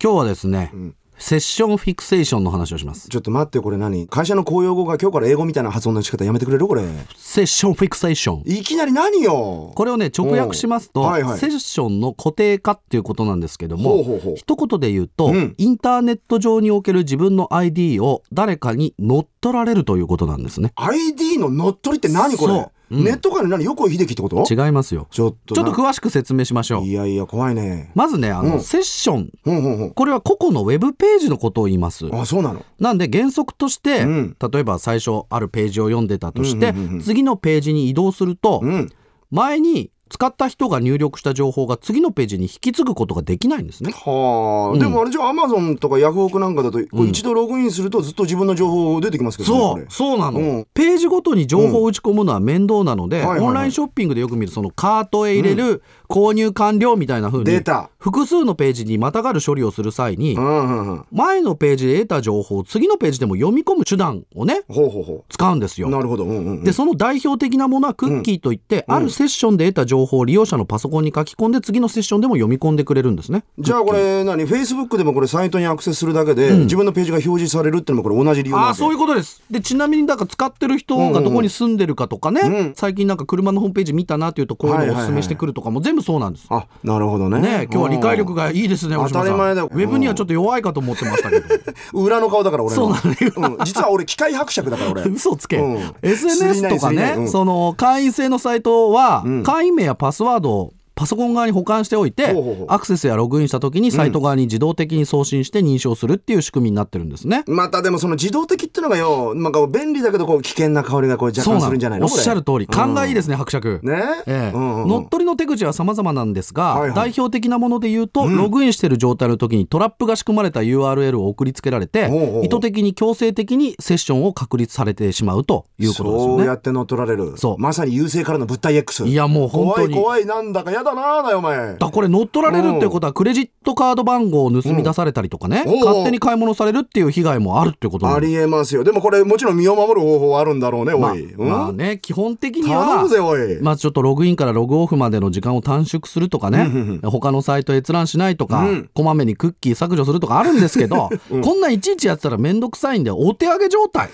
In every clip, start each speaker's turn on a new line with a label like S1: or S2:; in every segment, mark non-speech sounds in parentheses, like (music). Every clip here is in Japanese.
S1: 今日はですね、
S2: ん
S1: セッションフィクセーションの話をします
S2: ちょっと待ってこれ何会社の公用語が今日から英語みたいな発音の仕方やめてくれるこれ
S1: セッションフィクセーション
S2: いきなり何よ
S1: これをね直訳しますと、
S2: おうはいはい
S1: セッションの固定化っていうことなんですけども
S2: ほうほうほう
S1: 一言で言うと、
S2: うん
S1: インターネット上における自分の ID を誰かに乗っ取られるということなんですね
S2: ID の乗っ取りって何こ
S1: そう
S2: れ、
S1: うん
S2: ネット界の何横井秀樹ってこと
S1: 違いますよ
S2: ちょっと
S1: ちょっと
S2: な
S1: 詳しく説明しましょう
S2: いやいや怖いね
S1: まずねあの、
S2: うん
S1: セッション
S2: ほんほんほん
S1: これは個々のウェブページのことを言います
S2: あそうなの
S1: なんで原則として、
S2: うん
S1: 例えば最初あるページを読んでたとして、
S2: うんうんうんうん
S1: 次のページに移動すると、
S2: うん
S1: 前に使った人が入力した情報が次のページに引き継ぐことができないんですね。
S2: はあ、でもあれじゃあアマゾンとかヤフオクなんかだとこう一度ログインするとずっと自分の情報出てきますけどね
S1: そ
S2: こ
S1: う
S2: れ
S1: そうなの、
S2: うん
S1: ページごとに情報を打ち込むのは面倒なので、
S2: んはいはいはい
S1: オンラインショッピングでよく見るそのカートへ入れる購入完了みたいな風に
S2: 出た
S1: 複数のページにまたがる処理をする際に
S2: うんうんうん
S1: 前のページで得た情報を次のページでも読み込む手段をね
S2: ほうほうほ
S1: 使うんですよ
S2: う。なるほど、うんうんうん、
S1: でその代表的なものはクッキーといって、あるセッションで得た情報を利用者のパソコンに書き込んで次のセッションでも読み込んでくれるんですね。
S2: じゃあこれ何フェイスブックでもこれサイトにアクセスするだけで、自分のページが表示されるってのもこれ同じ理由な
S1: あ
S2: わ
S1: あ
S2: け
S1: そういうことですでちなみになんか使ってる人がどこに住んでるかとかね、
S2: うん
S1: 最近なんか車のホームページ見たなというとこういうのをお
S2: はい
S1: 勧
S2: はいは
S1: め
S2: い
S1: してくるとかも全部そうなんです。
S2: あなるほどね
S1: ねえ今日は理解力
S2: が
S1: がいいですね、大島さん
S2: 当たり前だ
S1: ウ
S2: よ
S1: ェブにはちょっと弱いかと思ってましたけど
S2: 裏の顔だから俺
S1: そうな
S2: の、うん、実は俺機械伯爵だから
S1: (laughs)
S2: 俺
S1: 嘘つけ、
S2: うん
S1: SNS とか
S2: すりないすりな
S1: ね、
S2: いうん
S1: その会員制のサイトは、
S2: ん
S1: 会員名やパスワードをパソコン側に保管しておいて
S2: ほうほうほう
S1: アクセスやログインした時にサイト側に自動的に送信して認証するっていう仕組みになってるんですね、
S2: またでもその自動的ってのがよなんか便利だけどこう危険な香りがこう若干するんじゃないの
S1: おっしゃる通り
S2: これ
S1: 勘がいいですね、伯爵
S2: うんね
S1: ええ
S2: うんうんうん
S1: 乗っ取りの手口は様々なんですが、
S2: はいはい
S1: 代表的なもので言うと、ログインしてる状態の時にトラップが仕組まれた URL を送りつけられて
S2: おうおう
S1: 意図的に強制的にセッションを確立されてしまうということです
S2: そう
S1: よ
S2: や
S1: ね。
S2: って乗っ取られる
S1: そう
S2: まさに優勢からの物体 X
S1: いやもう本当に
S2: 怖い怖いなんだかやだなーだよお前
S1: だこれ乗っ取られるってことはクレジットカード番号を盗み出されたりとかね、
S2: うんおうおう
S1: 勝手に買い物されるっていう被害もあるってことな
S2: あ
S1: んで
S2: りえますよでもこれもちろん身を守る方法はあるんだろうねおい、
S1: まあ、まあ
S2: うん
S1: ね基本的に
S2: 頼
S1: は
S2: むぜおい、
S1: まあちょっとログインからログオフまでの時間を短縮するとかね、他のサイト閲覧しないとか、
S2: うん
S1: こまめにクッキー削除するとかあるんですけ
S2: (laughs)
S1: ど、こんなんいちいちやってたら面倒くさいんでお手上げ状態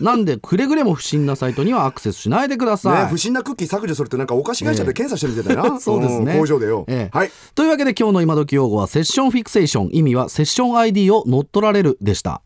S1: なんでくれぐれも不審なサイトにはアクセスしないでください。
S2: ね、不審なクッキー削除するってなんかお菓子会社で検査してるみたいだな、
S1: そうですね
S2: ん工場でよ、
S1: ええ
S2: はい
S1: というわけで今日の今時用語はセッションフィクセーション意味はセッション ID を乗っ取られるでした。